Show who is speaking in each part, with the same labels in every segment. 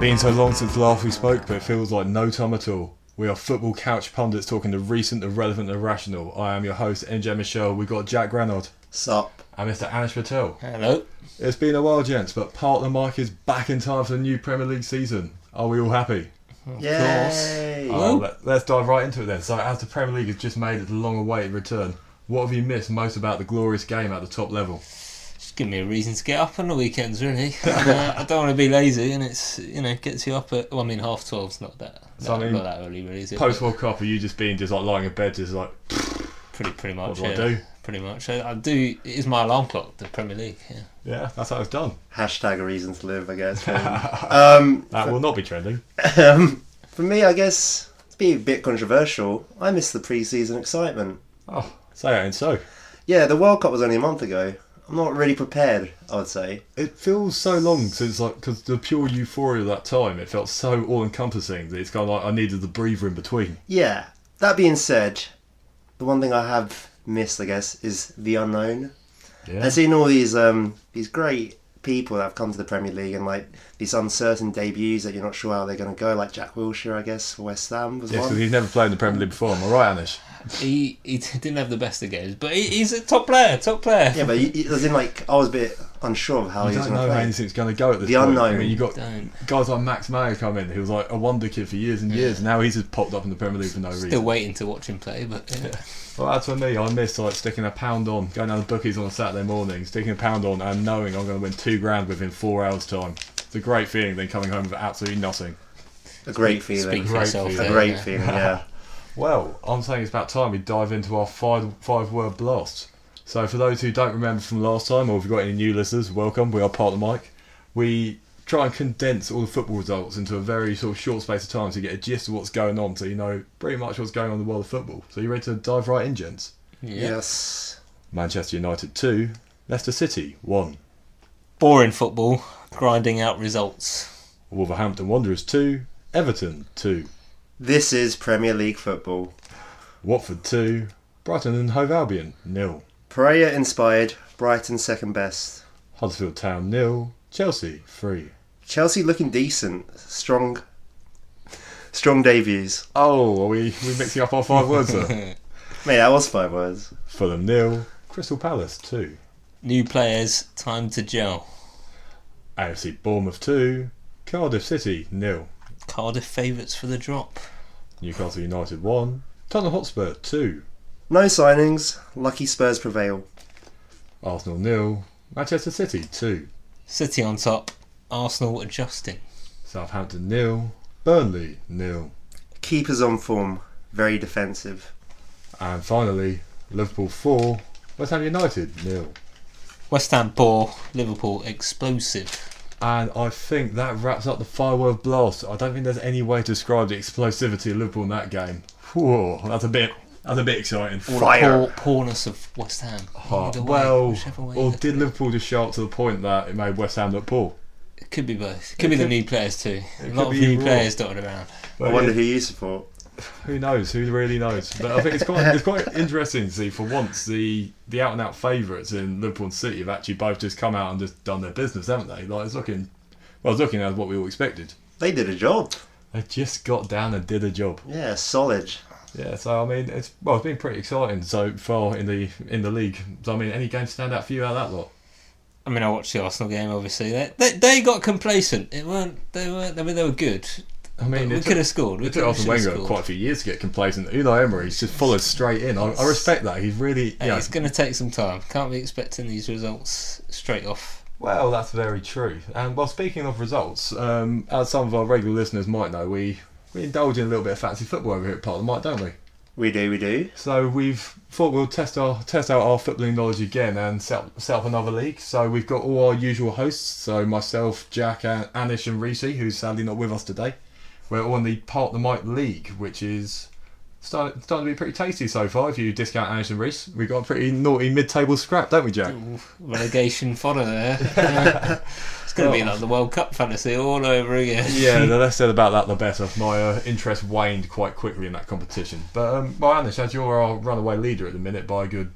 Speaker 1: been so long since the last we spoke, but it feels like no time at all. We are football couch pundits talking the recent, irrelevant, and irrational. I am your host, NJ Michelle. We've got Jack Granod
Speaker 2: Sup?
Speaker 1: and Mr. Anish Patel.
Speaker 2: Hello.
Speaker 1: It's been a while, gents, but partner Mike is back in time for the new Premier League season. Are we all happy?
Speaker 2: Yay!
Speaker 1: Uh, let, us dive right into it then. So, as the Premier League has just made its long-awaited return, what have you missed most about the glorious game at the top level?
Speaker 3: Just give me a reason to get up on the weekends, really. uh, I don't want to be lazy, and it's you know gets you up at. Well, I mean, half twelve's not that.
Speaker 1: So, I
Speaker 3: not,
Speaker 1: mean,
Speaker 3: not that early, really, is it?
Speaker 1: Post World Cup, are you just being just like lying in bed, just like
Speaker 3: pretty pretty
Speaker 1: what
Speaker 3: much.
Speaker 1: do I
Speaker 3: yeah.
Speaker 1: do?
Speaker 3: Pretty much. I, I do. It is my alarm clock, the Premier League. Yeah.
Speaker 1: Yeah, that's how it's done.
Speaker 2: Hashtag a reason to live, I guess. um,
Speaker 1: That will not be trending.
Speaker 2: um, for me, I guess, to be a bit controversial, I miss the pre-season excitement.
Speaker 1: Oh, say it ain't so.
Speaker 2: Yeah, the World Cup was only a month ago. I'm not really prepared, I would say.
Speaker 1: It feels so long since like because the pure euphoria of that time, it felt so all-encompassing that it's kind of like I needed the breather in between.
Speaker 2: Yeah, that being said, the one thing I have missed, I guess, is the unknown.
Speaker 1: Yeah,
Speaker 2: And seeing all these um, these great people that have come to the Premier League and like these uncertain debuts that you're not sure how they're going to go, like Jack Wilshere, I guess, for West Ham was
Speaker 1: yes, because
Speaker 2: one.
Speaker 1: he's never played in the Premier League before. Am I right, Anish?
Speaker 3: He he didn't have the best of games, but he, he's a top player. Top player.
Speaker 2: Yeah, but you, you- as in, like, I was a bit unsure of how
Speaker 1: I
Speaker 2: he was
Speaker 1: don't
Speaker 2: going
Speaker 1: know
Speaker 2: to
Speaker 1: how
Speaker 2: play.
Speaker 1: anything's going to go at this
Speaker 2: The
Speaker 1: point. I
Speaker 2: unknown.
Speaker 1: mean, you got
Speaker 3: Don't.
Speaker 1: guys like Max Meyer come in, who was like a wonder kid for years and years. Now he's just popped up in the Premier League for no
Speaker 3: Still
Speaker 1: reason.
Speaker 3: waiting to watch him play, but yeah.
Speaker 1: Well, that's for me. I miss like sticking a pound on, going down the bookies on a Saturday morning, sticking a pound on, and knowing I'm going to win two grand within four hours' time. It's a great feeling. Then coming home with absolutely nothing.
Speaker 2: A great feeling.
Speaker 3: speak for
Speaker 1: Great
Speaker 3: yourself.
Speaker 1: feeling.
Speaker 2: A
Speaker 3: there,
Speaker 2: great
Speaker 3: yeah.
Speaker 2: feeling, yeah.
Speaker 1: Well, I'm saying it's about time we dive into our five five word blast. So, for those who don't remember from last time, or if you've got any new listeners, welcome. We are part of the mic. We try and condense all the football results into a very sort of short space of time to get a gist of what's going on, so you know pretty much what's going on in the world of football. So, you ready to dive right in, gents?
Speaker 3: Yeah.
Speaker 2: Yes.
Speaker 1: Manchester United two, Leicester City one,
Speaker 3: Boring football, grinding out results.
Speaker 1: Wolverhampton Wanderers two, Everton two,
Speaker 2: This is Premier League football.
Speaker 1: Watford two, Brighton and Hove Albion nil,
Speaker 2: Prayer inspired, Brighton second best.
Speaker 1: Huddersfield Town nil, Chelsea three.
Speaker 2: Chelsea looking decent. Strong. Strong debuts.
Speaker 1: Oh, are we we mixing up our five words there?
Speaker 2: Mate, that was five words.
Speaker 1: Fulham nil, Crystal Palace two,
Speaker 3: New players, time to gel.
Speaker 1: AFC Bournemouth two, Cardiff City nil,
Speaker 3: Cardiff favourites for the drop.
Speaker 1: Newcastle United one, Tottenham Hotspur two,
Speaker 2: No signings. Lucky Spurs prevail.
Speaker 1: Arsenal nil, Manchester City two,
Speaker 3: City on top. Arsenal adjusting.
Speaker 1: Southampton nil, Burnley nil,
Speaker 2: Keepers on form. Very defensive.
Speaker 1: and finally Liverpool four, West Ham United nil.
Speaker 3: West Ham poor. Liverpool explosive.
Speaker 1: And I think that wraps up the firework blast. I don't think there's any way to describe the explosivity of Liverpool in that game. Whoa, that's a bit that's a bit exciting.
Speaker 3: All
Speaker 2: Fire.
Speaker 3: the poor, poorness of West Ham.
Speaker 1: Oh,
Speaker 3: Either way,
Speaker 1: well,
Speaker 3: whichever way
Speaker 1: or
Speaker 3: you look
Speaker 1: did
Speaker 3: at it.
Speaker 1: Liverpool just show up to the point that it made West Ham look poor?
Speaker 3: It could be both. It could be the
Speaker 1: could-
Speaker 3: new players too. A
Speaker 1: could
Speaker 3: lot of
Speaker 1: be
Speaker 3: new
Speaker 1: raw.
Speaker 3: players dotted around.
Speaker 2: I wonder who you support.
Speaker 1: who knows? Who really knows? But I think it's quite it's quite interesting to see for once the the out and out favourites in Liverpool and City have actually both just come out and just done their business, haven't they? Like it's looking, well, it's looking as what we all expected.
Speaker 2: They did a job.
Speaker 1: They just got down and did a job.
Speaker 2: Yeah, solid.
Speaker 1: Yeah, so I mean, it's well, it's been pretty exciting so far in the in the league. So I mean, any game stand out for you out of that lot?
Speaker 3: I mean, I watched the Arsenal game. Obviously, they they, they got complacent. It weren't. They weren't. I mean, they were good.
Speaker 1: I
Speaker 3: But
Speaker 1: mean,
Speaker 3: we
Speaker 1: it's-
Speaker 3: could have scored. We
Speaker 1: It
Speaker 3: could
Speaker 1: took
Speaker 3: have
Speaker 1: Arsene Wenger
Speaker 3: scored.
Speaker 1: quite a few years to get complacent. Unai Emery's just followed straight in. I, I respect that. He's really
Speaker 3: Hey,
Speaker 1: yeah.
Speaker 3: It's going to take some time. Can't be expecting these results straight off.
Speaker 1: Well, that's very true. And well, speaking of results, um, as some of our regular listeners might know, we we indulge in a little bit of fancy football over here at Part of the Mic, don't we?
Speaker 2: We do, we do.
Speaker 1: So we've thought we'll test our test out our footballing knowledge again and set up, set up another league. So we've got all our usual hosts. So myself, Jack, and Anish and Reese, who's sadly not with us today. We're all in the Part the Mic League, which is starting, starting to be pretty tasty so far. If you discount Anish and Reese, we got a pretty naughty mid-table scrap, don't we, Jack?
Speaker 3: Ooh, relegation fodder there. it's going to be like the World Cup fantasy all over again.
Speaker 1: yeah, the less said about that, the better. My uh, interest waned quite quickly in that competition. But, um, well, Anish, as you're our runaway leader at the minute by a good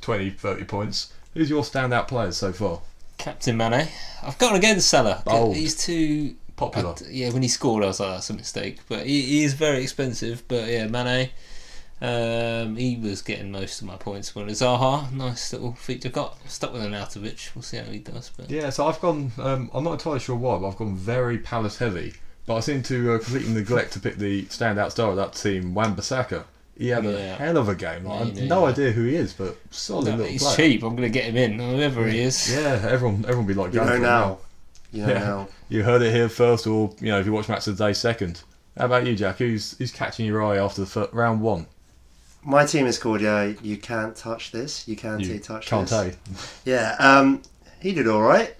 Speaker 1: 20, 30 points, who's your standout players so far?
Speaker 3: Captain Mane. I've gone against Salah.
Speaker 1: Bold.
Speaker 3: He's too
Speaker 1: popular.
Speaker 3: I- yeah, when he scored, I was like, that's a mistake. But he, he is very expensive. But yeah, Mane, um, he was getting most of my points. When Zaha, nice little feature. Got stuck with an Anatovich. We'll see how he does. But
Speaker 1: Yeah, so I've gone. Um, I'm not entirely sure why, but I've gone very Palace heavy. But I seem to uh, completely neglect to pick the standout star of that team, Wan Bissaka. He had a
Speaker 3: Yeah.
Speaker 1: hell of a game. Like,
Speaker 3: Yeah,
Speaker 1: I've
Speaker 3: he did,
Speaker 1: no
Speaker 3: yeah.
Speaker 1: idea who he is, but solid
Speaker 3: No,
Speaker 1: little
Speaker 3: he's
Speaker 1: player.
Speaker 3: cheap. I'm going to get him in, whoever he is.
Speaker 1: Yeah, everyone, everyone be like,
Speaker 2: You
Speaker 1: going
Speaker 2: know
Speaker 1: for it
Speaker 2: now. You know
Speaker 1: Yeah.
Speaker 2: now.
Speaker 1: You heard it here first, or you know, if you watch Match of the Day second. How about you, Jack? Who's who's catching your eye after the fir- round one?
Speaker 2: My team is called uh, You Can't Touch This. You Can't
Speaker 1: You
Speaker 2: Touch This.
Speaker 1: Kante.
Speaker 2: Yeah. Um, he did all right.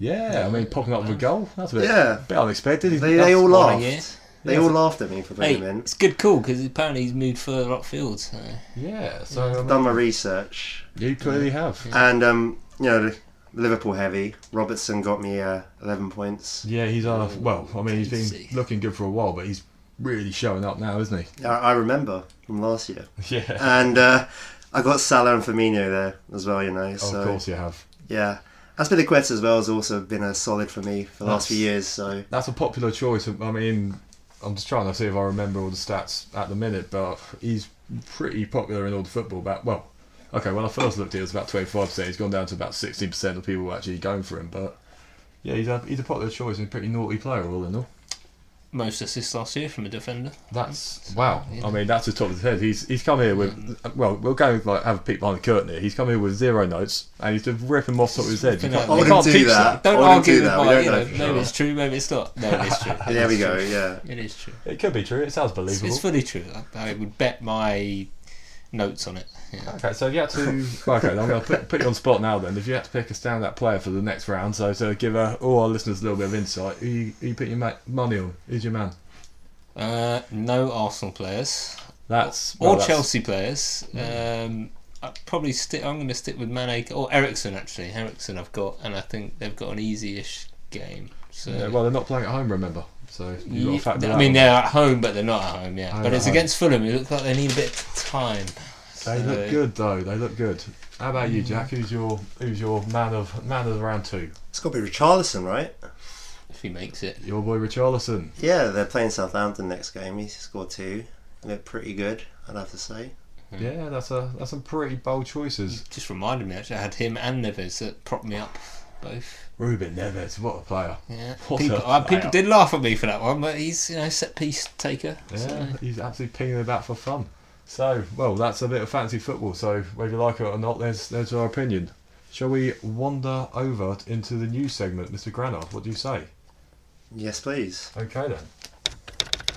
Speaker 1: Yeah, I mean, popping up with a goal. That's a bit,
Speaker 2: Yeah.
Speaker 1: bit unexpected.
Speaker 2: They, they all
Speaker 3: One a
Speaker 2: laughed.
Speaker 3: year.
Speaker 2: They
Speaker 1: Yeah.
Speaker 2: all laughed at me for
Speaker 3: Hey,
Speaker 2: putting him in.
Speaker 3: it's good call because apparently he's moved further upfield. So.
Speaker 1: Yeah, so I
Speaker 2: I've
Speaker 1: mean,
Speaker 2: done my research.
Speaker 1: you clearly have.
Speaker 2: And, um, you know, Liverpool heavy. Robertson got me uh, 11 points.
Speaker 1: Yeah, he's uh, well. I mean, he's
Speaker 3: Casey.
Speaker 1: been looking good for a while, but he's really showing up now, isn't
Speaker 2: I, I remember from last year.
Speaker 1: he? Yeah.
Speaker 2: And uh, I got Salah and Firmino there as well, you know.
Speaker 1: Oh,
Speaker 2: So,
Speaker 1: of course you have.
Speaker 2: yeah. Aspilicueta as well has also been a solid for me for the last few years. So,
Speaker 1: That's a popular choice. I mean, I'm just trying to see if I remember all the stats at the minute, but he's pretty popular in all the football. About well, okay. When I first looked, it was about 25 percent. He's gone down to about 16 percent of people actually going for him. But yeah, he's a he's a popular choice and a pretty naughty player, all in all.
Speaker 3: Most assists last year from a defender.
Speaker 1: That's wow.
Speaker 3: Yeah.
Speaker 1: I mean, that's the top of his head. He's he's come here with well, we'll go like have a peek behind the curtain here. He's come here with zero notes, and he's just ripping off top of his head. You
Speaker 3: Flipping
Speaker 1: can't,
Speaker 3: out. I
Speaker 1: you
Speaker 3: wouldn't
Speaker 1: can't
Speaker 2: do
Speaker 1: teach that.
Speaker 2: that.
Speaker 3: Don't
Speaker 2: I wouldn't
Speaker 3: argue
Speaker 2: do
Speaker 3: with
Speaker 2: that,
Speaker 3: my,
Speaker 2: we don't
Speaker 3: you know,
Speaker 2: know for
Speaker 3: maybe
Speaker 2: sure.
Speaker 3: it's true, maybe it's not. No, it is true.
Speaker 2: there we
Speaker 3: It is
Speaker 2: go.
Speaker 3: true.
Speaker 2: Yeah.
Speaker 3: It is true.
Speaker 1: It could be true. It sounds
Speaker 3: It's,
Speaker 1: believable.
Speaker 3: it's fully true. I, I would bet my notes on it. Yeah.
Speaker 1: Okay, so if you had to. Okay, I'm going to put, put you on the spot now then. If you had to pick a standout player for the next round, so to give uh, all our listeners a little bit of insight, who you, who you put your ma- money on? Who's your man?
Speaker 3: Uh, no Arsenal players
Speaker 1: That's.
Speaker 3: or
Speaker 1: well, that's- Mm.
Speaker 3: Chelsea players. Um, I probably stick. I'm going to stick with Mane or Ericsson actually. Ericsson I've got, and I think they've got an easy-ish game. So
Speaker 1: Yeah, well, they're not playing at home, remember? So you've got to factor
Speaker 3: Yeah, I
Speaker 1: that
Speaker 3: mean,
Speaker 1: one.
Speaker 3: they're at home, but they're not at home. Yeah,
Speaker 1: Home at
Speaker 3: but it's
Speaker 1: home.
Speaker 3: against Fulham. It looks like they need a bit of time.
Speaker 1: They
Speaker 3: So-
Speaker 1: look good, though. They look good. How about you, Jack? Who's your who's your man of man of round two?
Speaker 2: It's got to be Richarlison, right?
Speaker 3: if he makes it.
Speaker 1: Your boy Richarlison.
Speaker 2: Yeah, they're playing Southampton next game. He scored two. Looked pretty good, I'd have to say.
Speaker 1: Yeah, that's a that's some pretty bold choices.
Speaker 3: Just reminded me actually, I had him and Neves that propped me up both.
Speaker 1: Ruben Neves, what a player!
Speaker 3: Yeah,
Speaker 1: What
Speaker 3: people,
Speaker 1: a
Speaker 3: uh,
Speaker 1: player.
Speaker 3: people did laugh at me for that one, but he's you know set piece taker.
Speaker 1: Yeah,
Speaker 3: So.
Speaker 1: he's absolutely pinging about for fun. So, well, that's a bit of fancy football. So, whether you like it or not, there's there's our opinion. Shall we wander over into the news segment, Mr. Granard? What do you say?
Speaker 2: Yes, please.
Speaker 1: Okay then.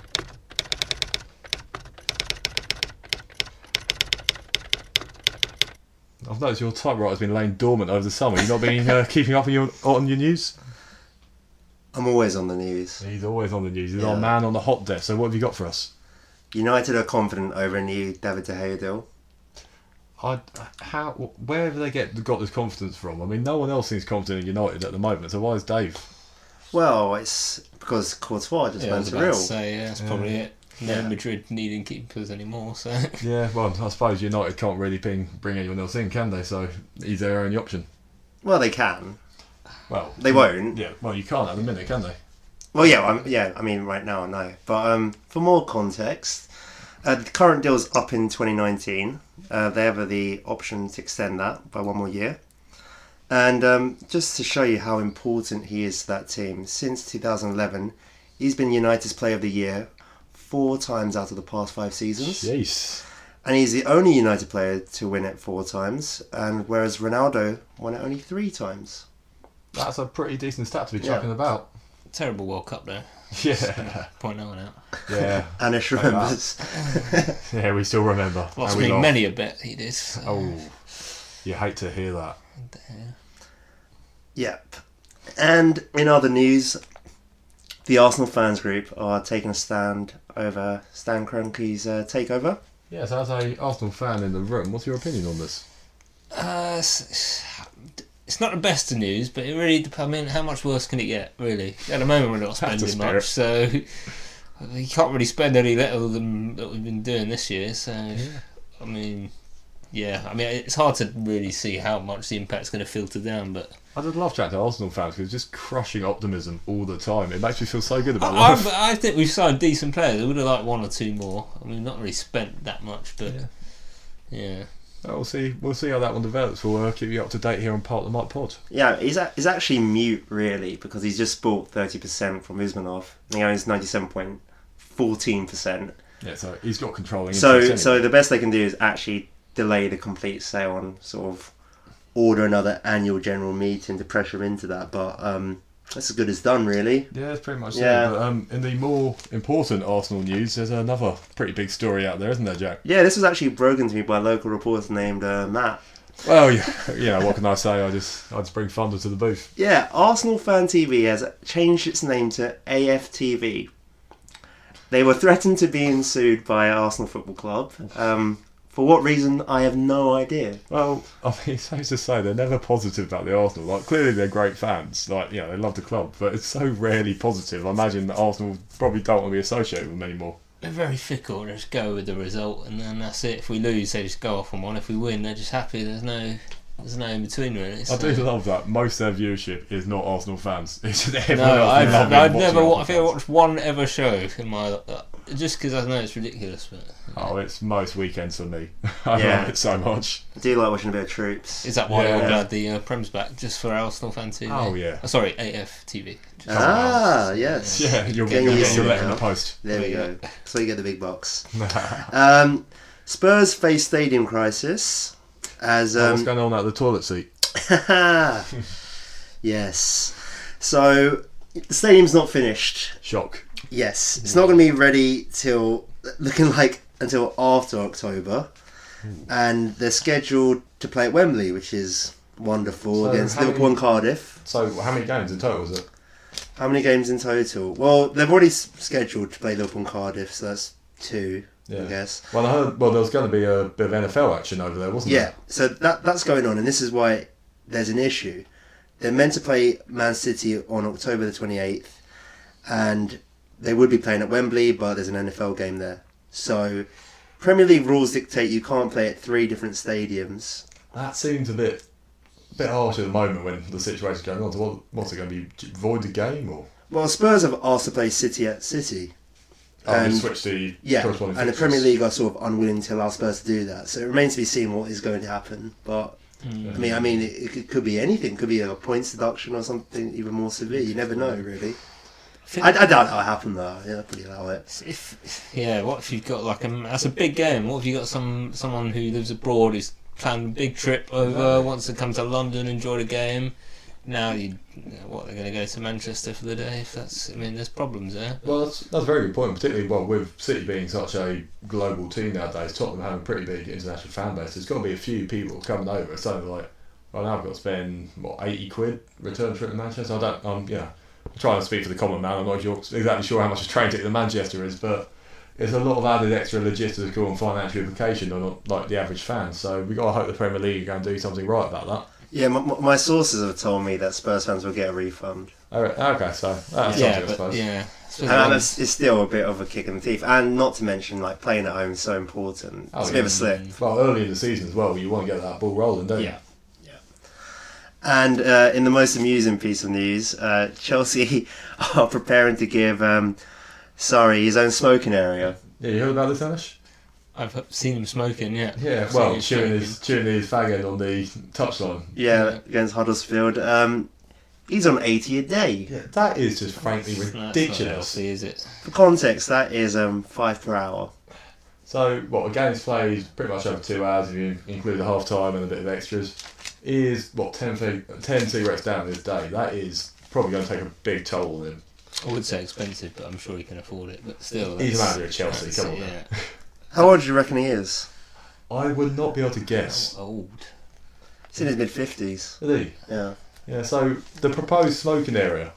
Speaker 1: I've noticed your typewriter's been laying dormant over the summer. You've not been uh, keeping up on your on your news.
Speaker 2: I'm always on the news.
Speaker 1: He's always on the news. He's our
Speaker 2: Yeah.
Speaker 1: man on the hot desk. So, what have you got for us?
Speaker 2: United are confident over a new David De Gea deal.
Speaker 1: I how where have they get got this confidence from? I mean, no one else seems confident in United at the moment. So why is Dave?
Speaker 2: Well, it's because Courtois just
Speaker 3: Yeah, I
Speaker 2: went
Speaker 3: was
Speaker 2: to
Speaker 3: about to
Speaker 2: Real.
Speaker 3: say, yeah, that's probably it. No
Speaker 2: Yeah.
Speaker 3: Madrid needing keepers anymore, so
Speaker 1: Yeah, well, I suppose United can't really ping, bring anyone else in, can they? So he's their only option.
Speaker 2: Well, they can.
Speaker 1: Well,
Speaker 2: They won't.
Speaker 1: yeah, well, you can't at the minute, can they?
Speaker 2: Well, yeah, i yeah. I mean, right now, no. But um, for more context, uh, the current deal's up in 2019. Uh, they have the option to extend that by one more year. And um, just to show you how important he is to that team, since 2011, he's been United's Player of the Year four times out of the past five seasons.
Speaker 1: Jeez.
Speaker 2: and he's the only United player to win it four times, and whereas Ronaldo won it only three times.
Speaker 1: That's a pretty decent stat to be
Speaker 2: Yeah.
Speaker 1: chucking about.
Speaker 3: terrible World Cup there.
Speaker 1: Yeah,
Speaker 3: Point that one out.
Speaker 1: yeah,
Speaker 2: Anish remembers.
Speaker 1: yeah. We still remember.
Speaker 3: Lost
Speaker 1: And we
Speaker 3: me
Speaker 1: laugh.
Speaker 3: many a bet he did. so,
Speaker 1: Oh, you hate to hear that.
Speaker 3: yeah.
Speaker 2: yep. And in other news, the Arsenal fans group are taking a stand over Stan Kroenke's uh, takeover.
Speaker 1: Yes, as a Arsenal fan in the room, what's your opinion on this?
Speaker 3: Uh, it's, it's not the best of news, but it really. dep- I mean, how much worse can it get? Really, at the moment we're not
Speaker 1: That's the
Speaker 3: spending much, so you can't really spend any little than that we've been doing this year. So, I mean, yeah, I mean, it's hard to really see how much the impact's going to filter down, but
Speaker 1: I just love chatting to Arsenal fans because it's just crushing optimism all the time. It makes me feel so good about
Speaker 3: I,
Speaker 1: life.
Speaker 3: I, I think we've signed decent players. I would have liked one or two more. I mean, not really spent that much, but
Speaker 1: Yeah.
Speaker 3: yeah.
Speaker 1: Oh, we'll see. We'll see how that one develops. We'll uh, keep you up to date here on Part the Mic Pod.
Speaker 2: Yeah, he's, a- he's actually mute, really, because he's just bought 30% from Usmanov. and He owns 97.14%.
Speaker 1: Yeah, so he's got controlling.
Speaker 2: So,
Speaker 1: interest
Speaker 2: so
Speaker 1: anyway.
Speaker 2: the best they can do is actually delay the complete sale and sort of order another annual general meeting to pressure him into that. But um, that's as good as done, really.
Speaker 1: yeah, it's pretty much. Yeah.
Speaker 2: Yeah.
Speaker 1: But, um, in the more important Arsenal news, there's another pretty big story out there, isn't there, Jack?
Speaker 2: Yeah, this was actually broken to me by a local reporter named uh, Matt.
Speaker 1: Well, yeah, you know, what can I say? I just, I just bring thunder to the booth.
Speaker 2: Yeah, Arsenal Fan TV has changed its name to AFTV. They were threatened to being sued by Arsenal Football Club. Um, for what reason, I have no idea.
Speaker 1: Well, I mean, it's safe to say they're never positive about the Arsenal. Like, clearly they're great fans. Like, you know, they love the club, but it's so rarely positive. I imagine that Arsenal probably don't want to be associated with them anymore.
Speaker 3: They're very fickle. They just go with the result, and then that's it. If we lose, they just go off on one. If we win, they're just happy. There's no, there's no in between really.
Speaker 1: I
Speaker 3: So-
Speaker 1: do love that most of their viewership is not Arsenal fans. It's just
Speaker 3: No,
Speaker 1: everyone else
Speaker 3: I've,
Speaker 1: in the
Speaker 3: I've,
Speaker 1: family watching
Speaker 3: never. wa- I think I
Speaker 1: Arsenal fans.
Speaker 3: watched one ever show in my uh, just because I know it's ridiculous, but
Speaker 1: Oh, it's most weekends for me. I
Speaker 2: Yeah.
Speaker 1: love it so much.
Speaker 2: I do like watching a bit of troops.
Speaker 3: is that why
Speaker 1: Yeah.
Speaker 3: we're glad the uh, Prem's back just for Arsenal fan TV?
Speaker 1: Oh yeah,
Speaker 3: Oh, sorry, AF TV. Just-
Speaker 2: ah, yes.
Speaker 1: yeah. You're,
Speaker 2: Getting
Speaker 1: you're
Speaker 2: used
Speaker 1: getting
Speaker 2: to
Speaker 1: your
Speaker 2: it
Speaker 1: letter in
Speaker 2: now.
Speaker 1: the post.
Speaker 2: There we go. So you get the big box.
Speaker 1: What's
Speaker 2: Um, Spurs face stadium crisis as um,
Speaker 1: going on at the toilet seat?
Speaker 2: yes. So the stadium's not finished.
Speaker 1: Shock.
Speaker 2: Yes,
Speaker 1: Hmm.
Speaker 2: it's not going to be ready till looking like until after October,
Speaker 1: Hmm.
Speaker 2: and they're scheduled to play at Wembley, which is wonderful
Speaker 1: So
Speaker 2: against
Speaker 1: how many-
Speaker 2: Liverpool and Cardiff.
Speaker 1: So, how many games in total is it?
Speaker 2: How many games in total? Well, they've already s- scheduled to play Liverpool and Cardiff, so that's two,
Speaker 1: Yeah.
Speaker 2: I guess.
Speaker 1: Well, I heard. Well, there was going to be a bit of NFL action over there, wasn't
Speaker 2: Yeah, so that that's going on, and this is why there's an issue. They're meant to play Man City on October the twenty eighth, and they would be playing at Wembley, but there's an NFL game there. So Premier League rules dictate you can't play at three different stadiums.
Speaker 1: there? That seems a bit, bit harsh at the moment when the situation's going on. So, what, what's it going to be? j- Void the game or?
Speaker 2: Well, Spurs have asked to play City at City.
Speaker 1: Oh, they
Speaker 2: And-
Speaker 1: switch the
Speaker 2: Um, Yeah,
Speaker 1: corresponding
Speaker 2: and the
Speaker 1: fixtures.
Speaker 2: Premier League are sort of unwilling to allow Spurs to do that. So it remains to be seen what is going to happen. But I mean, I mean, it, it could- could be anything. It could be a points deduction or something even more severe. You never know, really. I, I doubt that'll happen though. Yeah, I'd probably allow it.
Speaker 3: If yeah, what if you've got like a that's a big game? What if you got some someone who lives abroad who's planned a big trip over, wants to come to London, enjoy the game? Now you, what they're going to go to Manchester for the day? If that's, I mean, there's problems there.
Speaker 1: Well, that's, that's a very good point, particularly well with City being such a global team nowadays. Tottenham having a pretty big international fan base. There's got to be a few people coming over. So like, well now I've got to spend what eighty quid return trip to Manchester. I don't. Um, yeah, I'm trying to speak for the common man. I'm not sure, exactly sure how much a train ticket to Manchester is, but it's a lot of added extra logistical and financial implication on like the average fan. So we got to hope the Premier League are going to do something right about that.
Speaker 2: Yeah, my, my- my sources have told me that Spurs fans will get a refund,
Speaker 1: All right, okay, so that's
Speaker 3: yeah,
Speaker 1: something I
Speaker 3: but
Speaker 1: suppose.
Speaker 3: yeah,
Speaker 2: and it's, it's still a bit of a kick in the teeth. And not to mention, like playing at home is so important.
Speaker 1: Oh,
Speaker 2: it's a bit of a
Speaker 1: yeah.
Speaker 2: slip.
Speaker 1: Well, early in the season as well, you want to get that ball rolling, don't you?
Speaker 3: Yeah.
Speaker 2: And uh, in the most amusing piece of news, uh, Chelsea are preparing to give um, sorry his own smoking area.
Speaker 1: Yeah, you heard about this, Anish?
Speaker 3: I've seen him smoking. Yeah.
Speaker 1: Yeah,
Speaker 3: I've seen
Speaker 1: well, chewing
Speaker 3: him smoking.
Speaker 1: his chewing his fag end on the touchline.
Speaker 2: Yeah,
Speaker 3: Yeah.
Speaker 2: against Huddersfield. Um, he's on eighty a day.
Speaker 1: Yeah, that is just frankly
Speaker 3: That's not
Speaker 1: ridiculous.
Speaker 3: healthy, is it?
Speaker 2: For context, that is um, five per hour.
Speaker 1: So, what a game's played pretty much over two hours if you include a half time and a bit of extras. Is what 10 fee- 10 T Rex down this day. That is probably going to take a big toll on him.
Speaker 3: I would say expensive, but I'm sure he can afford it. But still,
Speaker 1: He's a
Speaker 3: that's-
Speaker 1: manager at Chelsea.
Speaker 3: that's-
Speaker 1: Come on,
Speaker 3: yeah.
Speaker 2: How old do you reckon he is?
Speaker 1: I would not be able to guess.
Speaker 3: How old.
Speaker 2: He's in his mid fifties.
Speaker 1: Would he?
Speaker 2: Yeah.
Speaker 1: Yeah. So the proposed smoking area.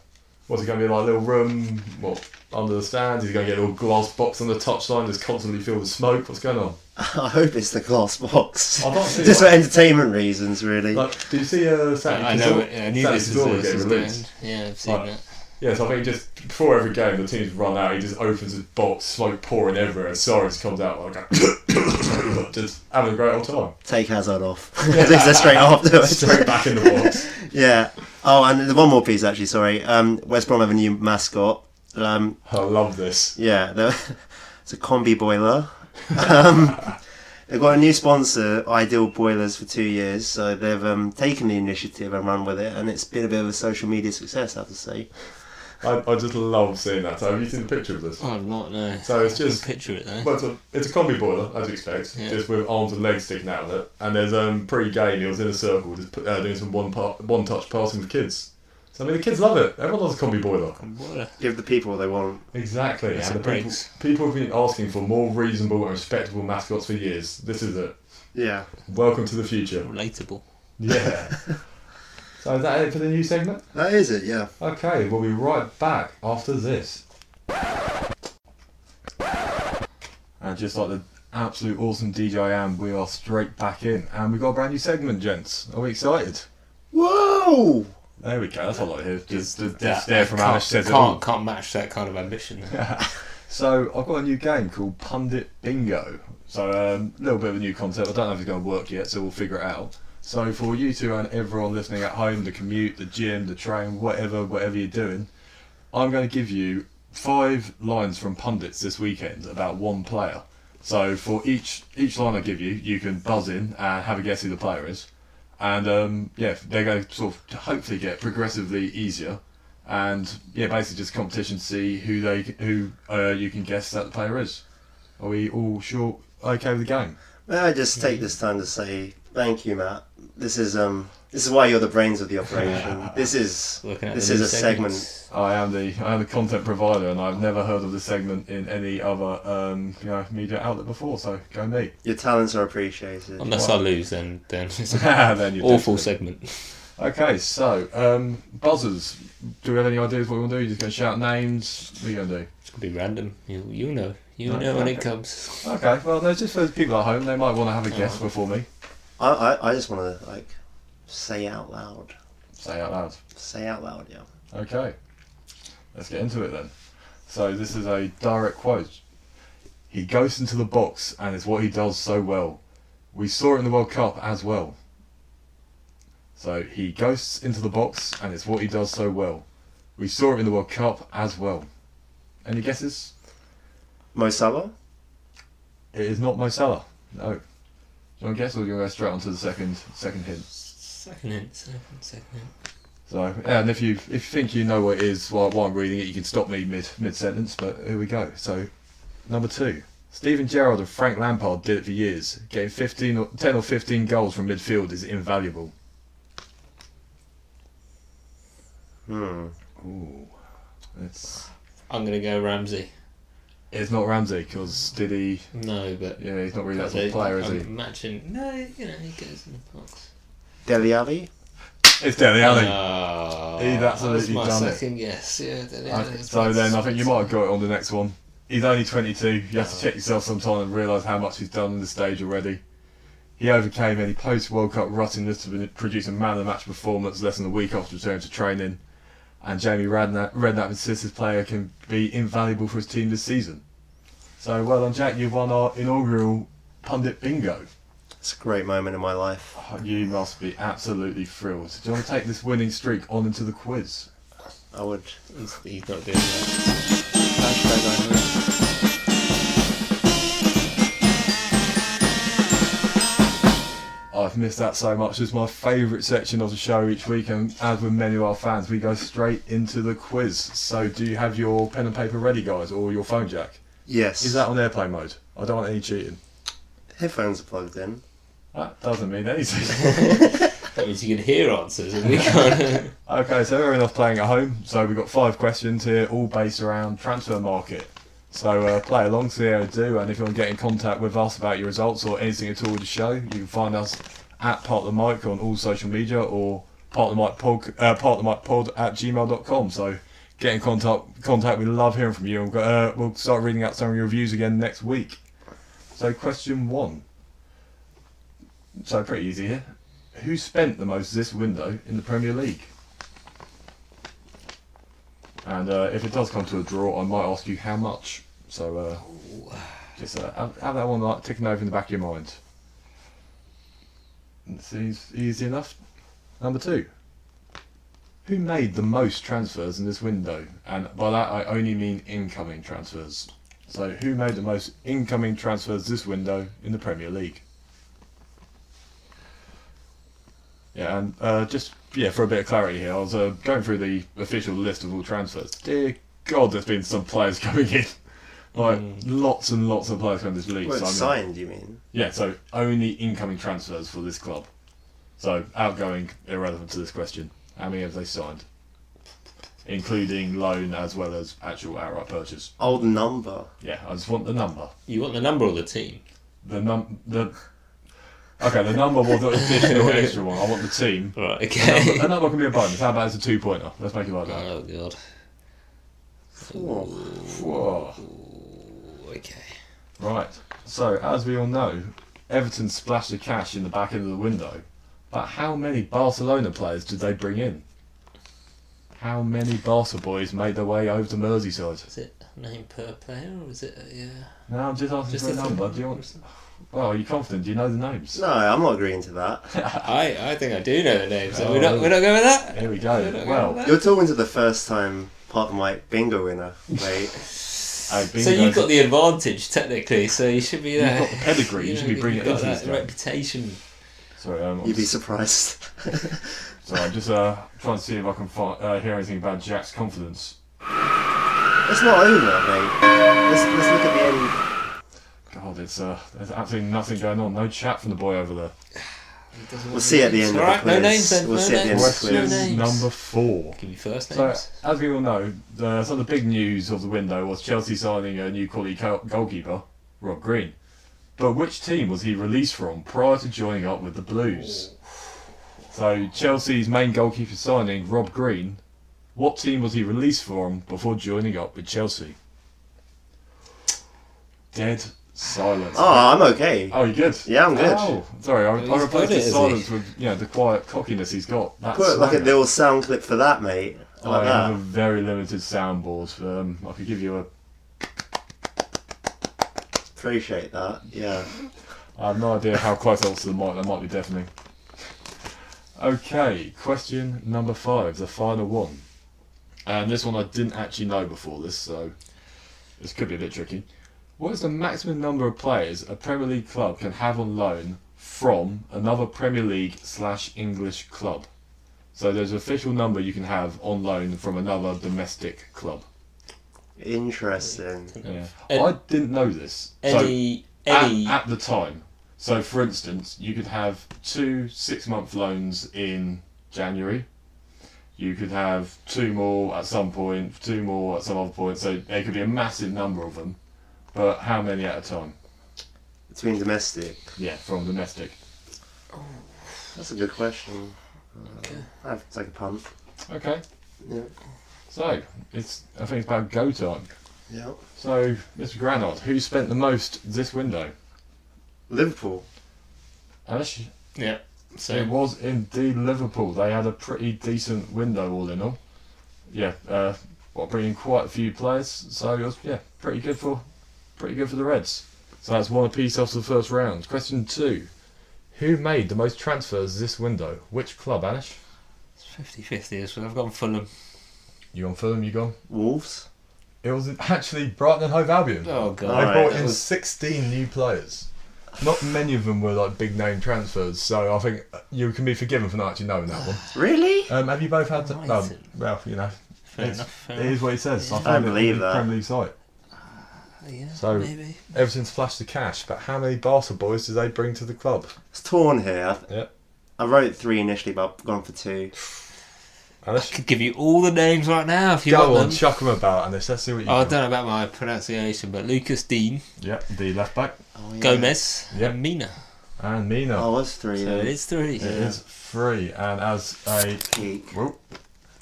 Speaker 1: What's it going to be like? A little room? What under the stands? Is he going to get a little glass box on the touchline just constantly filled with smoke? What's going on?
Speaker 2: I hope it's the glass box.
Speaker 1: I don't see
Speaker 2: Just for
Speaker 1: why-
Speaker 2: entertainment reasons, really.
Speaker 1: Like, do you see uh, Saturday?
Speaker 3: I know. it- I
Speaker 1: Saturday
Speaker 3: knew this was,
Speaker 1: Cazorla
Speaker 3: this
Speaker 1: getting
Speaker 3: was
Speaker 1: released.
Speaker 3: going. Yeah, I've seen
Speaker 1: Right.
Speaker 3: that.
Speaker 1: Yeah, so I think just before every game, the team's run out. He just opens his box, smoke pouring everywhere. and Sorry, just comes out like, a God, just having a great old time.
Speaker 2: Take Hazard off. Leaves us straight afterwards.
Speaker 1: Straight back in the box.
Speaker 2: Yeah. Oh, and the one more piece actually. Sorry. Um, West Brom have a new mascot. Um,
Speaker 1: I love this.
Speaker 2: yeah, the- it's a combi boiler. Um, they've got a new sponsor, Ideal Boilers, for two years, so they've um, taken the initiative and run with it, and it's been a bit of a social media success, I have to say.
Speaker 1: I, I just love seeing that. So have you seen the picture of this?
Speaker 3: Oh, I'm not no.
Speaker 1: So it's
Speaker 3: I can
Speaker 1: just-
Speaker 3: picture it though.
Speaker 1: Well, it's a, it's a combi boiler, as you expect,
Speaker 3: Yeah.
Speaker 1: just with arms and legs sticking out of it. And there's um pre-game, he was in a circle, just put- uh, doing some one part, one touch passing for kids. So I mean, the kids love it. Everyone loves a combi boiler.
Speaker 3: What a-
Speaker 2: Give the people what they want.
Speaker 1: Exactly.
Speaker 3: That's
Speaker 1: and
Speaker 3: the
Speaker 1: the people,
Speaker 3: breaks.
Speaker 1: people have been asking for more reasonable and respectable mascots for years. This is it.
Speaker 2: Yeah.
Speaker 1: Welcome to the future.
Speaker 3: relatable.
Speaker 1: Yeah. so is that it for the new segment?
Speaker 2: That is it, yeah.
Speaker 1: Okay, we'll be right back after this. And just like the absolute awesome DJ I am, we are straight back in, and we've got a brand new segment, gents. Are we excited?
Speaker 2: Whoa!
Speaker 1: There we go. That's all I hear. Just the
Speaker 3: That-
Speaker 1: death stare from
Speaker 3: can't-
Speaker 1: Alice says it
Speaker 3: can't
Speaker 1: all.
Speaker 3: can't match that kind of ambition.
Speaker 1: So I've got a new game called Pundit Bingo. So a little bit of a new concept. I don't know if it's going to work yet, so we'll figure it out. So for you two and everyone listening at home, the commute, the gym, the train, whatever, whatever you're doing, I'm going to give you five lines from pundits this weekend about one player. So for each each line I give you, you can buzz in and have a guess who the player is. And um, yeah, they're going to sort of hopefully get progressively easier and yeah, basically just competition to see who they who uh, you can guess that the player is. Are we all sure? Okay with the game?
Speaker 2: May I just take this time to say thank you, Matt. This is um, this is why you're the brains of the operation. this is
Speaker 3: Looking at
Speaker 2: this
Speaker 3: the
Speaker 2: is
Speaker 3: new
Speaker 2: a segment.
Speaker 3: segments.
Speaker 1: I am the I am the content provider, and I've never heard of this segment in any other um, you know media outlet before. So go me.
Speaker 2: Your talents are appreciated.
Speaker 3: Unless I lose, then then it's an
Speaker 1: then you
Speaker 3: awful segment.
Speaker 1: Okay, so um, buzzers. Do we have any ideas what we want to do? You're just going to shout names. What are you going to do?
Speaker 3: It's gonna be random. You you know you
Speaker 1: No,
Speaker 3: know when it
Speaker 1: okay.
Speaker 3: comes.
Speaker 1: Okay, well, no, just for the people at home, they might want to have a
Speaker 3: Uh-huh.
Speaker 1: guess before me.
Speaker 2: I, I, I just want to like say out loud,
Speaker 1: Say out loud.
Speaker 2: say out loud, yeah.
Speaker 1: Okay, let's get into it then. So this is a direct quote. He goes into the box and it's what he does so well. We saw it in the World Cup as well. So he goes into the box and it's what he does so well. We saw it in the World Cup as well. Any guesses?
Speaker 2: Mo Salah,
Speaker 1: It is not Mo Salah. No. Do you want to guess or do you want to go straight on to the second second hint?
Speaker 3: Second hint, second, second hint.
Speaker 1: So, and if you if you think you know what it is while, while I'm reading it, you can stop me mid mid sentence. But here we go. So, number two, Steven Gerrard and Frank Lampard did it for years. Getting 15 or 10 or 15 goals from midfield is invaluable.
Speaker 2: hmm.
Speaker 1: Ooh, it's
Speaker 3: I'm gonna go Ramsey.
Speaker 1: it's not Ramsey because did he?
Speaker 3: No, but
Speaker 1: Yeah, he's not really that
Speaker 3: but
Speaker 1: sort of player, is
Speaker 3: I'm
Speaker 1: he?
Speaker 3: Matching. No, you know he goes in the box.
Speaker 2: Deli Ali.
Speaker 1: It's Deli Alley.
Speaker 3: Oh,
Speaker 1: He'd absolutely
Speaker 3: that's my
Speaker 1: done it.
Speaker 3: second guess. Yeah, Dele
Speaker 1: I-
Speaker 3: Alli is my
Speaker 1: so then I think you might have
Speaker 3: second-
Speaker 1: got it on the next one. He's only 22. You have to check yourself sometime and realise how much he's done on the stage already. He overcame any post World Cup ruttiness to produce a man of the match performance less than a week after return to training. And Jamie Redknapp, Redknapp insists his player can be invaluable for his team this season. So well done, Jack. You've won our inaugural pundit bingo.
Speaker 2: It's a great moment in my life.
Speaker 1: Oh, you must be absolutely thrilled. Do you want to take this winning streak on into the quiz?
Speaker 2: I would.
Speaker 3: He's, he's not doing that.
Speaker 2: Hashtag
Speaker 1: I've missed that so much. It's my favourite section of the show each week, and as with many of our fans, we go straight into the quiz. So, do you have your pen and paper ready, guys, or your phone jack?
Speaker 2: Yes.
Speaker 1: Is that on airplane mode? I don't want any cheating.
Speaker 2: headphones are plugged in?
Speaker 1: That doesn't mean anything.
Speaker 3: That means you can hear answers, and we can't.
Speaker 1: okay, so we're enough playing at home. So, we've got five questions here, all based around transfer market. So, uh, play along, see how you do, and if you want to get in contact with us about your results or anything at all with the show, you can find us at Part the Mic on all social media or part of the mic pod, uh, part of the mic pod at gmail.com. So get in contact. Contact. We love hearing from you. And we'll, uh, we'll start reading out some of your reviews again next week. So question one. So pretty easy here. Who spent the most this window in the Premier League? And uh, if it does come to a draw, I might ask you how much. So uh, Just uh, have, have that one like ticking over in the back of your mind. It seems easy enough. Number two. Who made the most transfers in this window? And by that I only mean incoming transfers. So who made the most incoming transfers this window in the Premier League? Yeah, and uh, just yeah for a bit of clarity here, I was uh, going through the official list of all transfers. Dear God, there's been some players coming in, like
Speaker 3: Mm.
Speaker 1: lots and lots of players from this league.
Speaker 2: Hmm. Well,
Speaker 1: so
Speaker 2: it's
Speaker 1: I mean-
Speaker 2: signed, you mean?
Speaker 1: yeah, so only incoming transfers for this club. So outgoing, irrelevant to this question. How many have they signed? Including loan as well as actual outright purchase.
Speaker 2: Old number.
Speaker 1: Yeah, I just want the number.
Speaker 3: You want the number or the team?
Speaker 1: The num the Okay, the number was an additional extra one. I want the team.
Speaker 3: Right,
Speaker 1: Number,
Speaker 3: okay.
Speaker 1: a number can be a bonus. How about as a two pointer? Let's make it like that.
Speaker 3: oh, God.
Speaker 2: Four.
Speaker 1: Whoa.
Speaker 3: Ooh, okay.
Speaker 1: Right. So, as we all know, Everton splashed the cash in the back end of the window. But how many Barcelona players did they bring in? How many Barca boys made their way over to Merseyside?
Speaker 3: Is it name per player or is it, uh, yeah?
Speaker 1: Now I'm just asking
Speaker 3: Just
Speaker 1: for a
Speaker 3: the-
Speaker 1: number. Do you want? Well, are you confident? Do you know the names?
Speaker 2: No, I'm not agreeing to that.
Speaker 3: I, I think I do know the names. so we're,
Speaker 1: Oh.
Speaker 3: not, we're not going with that?
Speaker 1: Here we go.
Speaker 3: We're not going
Speaker 1: Well,
Speaker 3: with that?
Speaker 2: You're talking to the first time part of my bingo winner, mate.
Speaker 1: Hey,
Speaker 3: So
Speaker 1: bingo.
Speaker 3: you've got the advantage technically, so you should be there.
Speaker 1: got the pedigree, you should be bringing
Speaker 3: you've
Speaker 1: it
Speaker 3: got
Speaker 1: into
Speaker 3: that
Speaker 1: this game.
Speaker 3: reputation.
Speaker 1: Sorry, um, I'm,
Speaker 2: You'd be
Speaker 1: just,
Speaker 2: surprised.
Speaker 1: sorry, I'm just uh, trying to see if I can find, uh, hear anything about Jack's confidence.
Speaker 2: It's not over, mate. Let's, let's look at the end.
Speaker 1: God, it's uh, there's absolutely nothing going on. No chat from the boy over there.
Speaker 3: He doesn't want
Speaker 2: We'll see at the
Speaker 3: names.
Speaker 2: end of
Speaker 3: All
Speaker 2: the
Speaker 3: right, no
Speaker 2: quiz.
Speaker 3: names then.
Speaker 2: We'll
Speaker 3: no
Speaker 2: see at the end
Speaker 3: names.
Speaker 2: of the
Speaker 1: Question
Speaker 3: No
Speaker 2: quiz.
Speaker 3: names.
Speaker 1: number four.
Speaker 3: Give me first
Speaker 1: So,
Speaker 3: names.
Speaker 1: as we all know, the, some of the big news of the window was Chelsea signing a new quality co- goalkeeper, Rob Green. But which team was he released from prior to joining up with the Blues? So, Chelsea's main goalkeeper signing, Rob Green, what team was he released from before joining up with Chelsea? Dead silence.
Speaker 2: Oh, I'm okay.
Speaker 1: Oh, you good?
Speaker 2: Yeah, I'm good.
Speaker 1: Oh, sorry, I,
Speaker 3: He's
Speaker 1: I
Speaker 3: good,
Speaker 1: replaced the
Speaker 3: isn't he?
Speaker 1: silence with you know, the quiet cockiness he's got. That's
Speaker 2: Put like a
Speaker 1: swagger.
Speaker 2: little sound clip for that, mate.
Speaker 3: Oh,
Speaker 2: Like
Speaker 1: I have a
Speaker 2: that.
Speaker 1: very limited soundboard. Um, I could give you a.
Speaker 2: Appreciate that. Yeah.
Speaker 1: I have no idea how close that was to the mic. That might be deafening. Okay, question number five, the final one, and this one I didn't actually know before this, so this could be a bit tricky. What is the maximum number of players a Premier League club can have on loan from another Premier League slash English club? So there's an official number you can have on loan from another domestic club.
Speaker 2: Interesting.
Speaker 1: Yeah.
Speaker 3: Ed-
Speaker 1: I didn't know this. so-
Speaker 3: Eddie,
Speaker 1: at,
Speaker 3: Eddie,
Speaker 1: at the time. So, for instance, you could have two six month loans in January. You could have two more at some point, two more at some other point. So, there could be a massive number of them. But how many at a time?
Speaker 2: Between domestic.
Speaker 1: Yeah, from domestic.
Speaker 2: That's a good question.
Speaker 3: Okay.
Speaker 2: I have to take a punt.
Speaker 1: Okay.
Speaker 2: Yeah.
Speaker 1: So, it's I think it's about go time.
Speaker 2: Yeah.
Speaker 1: So, Mr. Granard, who spent the most this window?
Speaker 2: Liverpool.
Speaker 1: Unless you-
Speaker 3: yeah.
Speaker 1: It
Speaker 3: So
Speaker 1: was indeed Liverpool. They had a pretty decent window all in all. Yeah, uh, well, bringing quite a few players, so it was yeah, pretty good for, pretty good for the Reds. So that's one apiece after the first round. Question two: Who made the most transfers this window? Which club, Anish?
Speaker 3: 50-50 as well. I've gone Fulham.
Speaker 1: You on Fulham? You gone?
Speaker 2: Wolves.
Speaker 1: It was actually Brighton and Hove Albion.
Speaker 3: Oh
Speaker 1: They
Speaker 3: god.
Speaker 2: Alright,
Speaker 1: brought
Speaker 3: that
Speaker 1: in
Speaker 3: was-
Speaker 1: 16 new players. Not many of them were like big name transfers, so I think uh, you can be forgiven for not actually knowing that one.
Speaker 2: Really?
Speaker 1: Um, have you both had? To,
Speaker 3: Right.
Speaker 1: um, well, you know,
Speaker 3: Fair
Speaker 1: it's-
Speaker 3: enough. Fair
Speaker 1: it is
Speaker 3: enough.
Speaker 1: what it says.
Speaker 2: I
Speaker 1: found it
Speaker 2: believe
Speaker 1: on the
Speaker 2: that.
Speaker 1: Premier League site.
Speaker 3: Yeah,
Speaker 1: So-
Speaker 3: maybe.
Speaker 1: Everton's flashed the cash, but how many Barca boys do they bring to the club?
Speaker 2: It's torn here. I,
Speaker 1: Yep.
Speaker 2: I wrote three initially, but I've gone for two.
Speaker 3: I
Speaker 1: Anish,
Speaker 3: could give you all the names right now if you
Speaker 1: go on,
Speaker 3: want them.
Speaker 1: chuck them about, Anish. Let's see what you.
Speaker 3: Oh, I
Speaker 1: got.
Speaker 3: don't know about my pronunciation, but Lucas Dean,
Speaker 1: Yep, the left back
Speaker 2: Oh, yeah.
Speaker 3: Gomez,
Speaker 1: Yeah.
Speaker 3: and Mina.
Speaker 1: and Mina.
Speaker 2: Oh, it was three.
Speaker 3: So
Speaker 2: then.
Speaker 3: it is three.
Speaker 1: It is free, and as a
Speaker 2: Peak.
Speaker 1: whoop,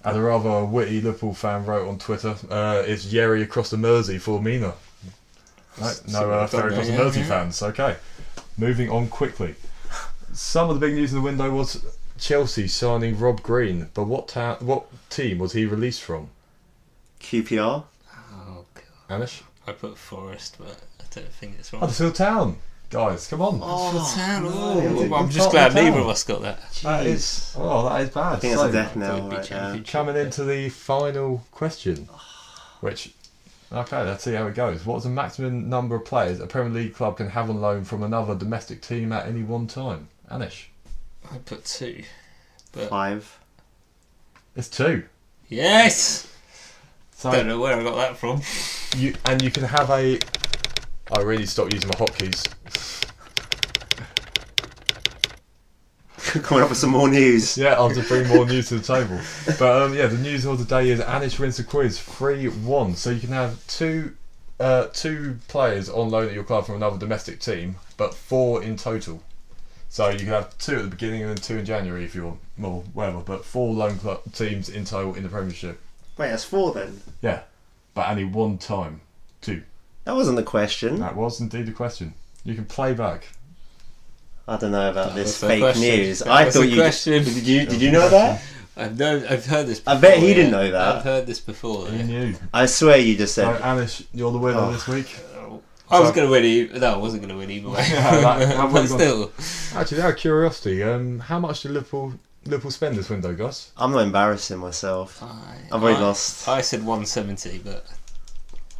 Speaker 1: as a rather witty Liverpool fan wrote on Twitter, uh, it's Yerry across the Mersey for Mina. Right, no, uh,
Speaker 3: I've got
Speaker 1: Ferry across the
Speaker 3: there, yeah,
Speaker 1: Mersey
Speaker 3: yeah.
Speaker 1: fans. Okay, moving on quickly. Some of the big news in the window was Chelsea signing Rob Green, but what ta- what team was he released from?
Speaker 2: QPR.
Speaker 3: Oh god.
Speaker 1: Anish?
Speaker 3: I put Forest, but I don't think it's wrong.
Speaker 1: Huddersfield Town, guys, come on.
Speaker 3: Oh, town.
Speaker 1: no.
Speaker 3: Oh, I'm
Speaker 1: It's
Speaker 3: just
Speaker 1: not
Speaker 3: glad
Speaker 1: the
Speaker 3: neither
Speaker 1: town.
Speaker 3: of us got that.
Speaker 1: that is oh, that is bad.
Speaker 2: I think it's
Speaker 1: So,
Speaker 2: a death knell
Speaker 3: Don't be
Speaker 2: right now.
Speaker 3: champion.
Speaker 1: Coming into the final question, which okay, let's see how it goes. What's the maximum number of players a Premier League club can have on loan from another domestic team at any one time? Anish,
Speaker 3: I put two. But
Speaker 2: Five.
Speaker 1: it's two.
Speaker 3: yes,
Speaker 1: So
Speaker 3: don't know where I got that from.
Speaker 1: You and you can have a. I really stopped using my hotkeys.
Speaker 2: Coming up with some more news.
Speaker 1: Yeah, I'll just bring more news to the table. But um, yeah, the news of the day is Anish wins the quiz three one. So you can have two, uh, two players on loan at your club from another domestic team, but four in total. So you can have two at the beginning and then two in January if you want, well, whatever. But four loan club teams in total in the Premiership.
Speaker 2: Wait, that's four then.
Speaker 1: Yeah, but only one time. Two.
Speaker 2: That wasn't the question.
Speaker 1: That was indeed the question. You can play back.
Speaker 2: I don't know about
Speaker 3: That
Speaker 2: this
Speaker 3: was a
Speaker 2: fake
Speaker 3: question.
Speaker 2: news.
Speaker 3: That
Speaker 2: I
Speaker 3: was a
Speaker 2: thought you
Speaker 3: question.
Speaker 2: did. You did you know that?
Speaker 3: I've known, I've heard this. Before,
Speaker 2: I bet he didn't
Speaker 3: yeah.
Speaker 2: know that.
Speaker 3: I've heard this before.
Speaker 1: Who
Speaker 3: yeah.
Speaker 1: knew?
Speaker 2: I swear you just
Speaker 1: So
Speaker 2: said.
Speaker 1: Anish, you're the winner
Speaker 2: Oh.
Speaker 1: this week.
Speaker 3: I was
Speaker 1: So-
Speaker 3: going to win. e- No, I wasn't going to win either way.
Speaker 1: Yeah, that- that
Speaker 3: but
Speaker 1: would've gone-
Speaker 3: still,
Speaker 1: Actually, out of curiosity, um, how much did Liverpool Liverpool spend this window, Gus?
Speaker 2: I'm not embarrassing myself.
Speaker 3: I,
Speaker 2: I've already
Speaker 3: I-
Speaker 2: lost.
Speaker 3: I said 170, but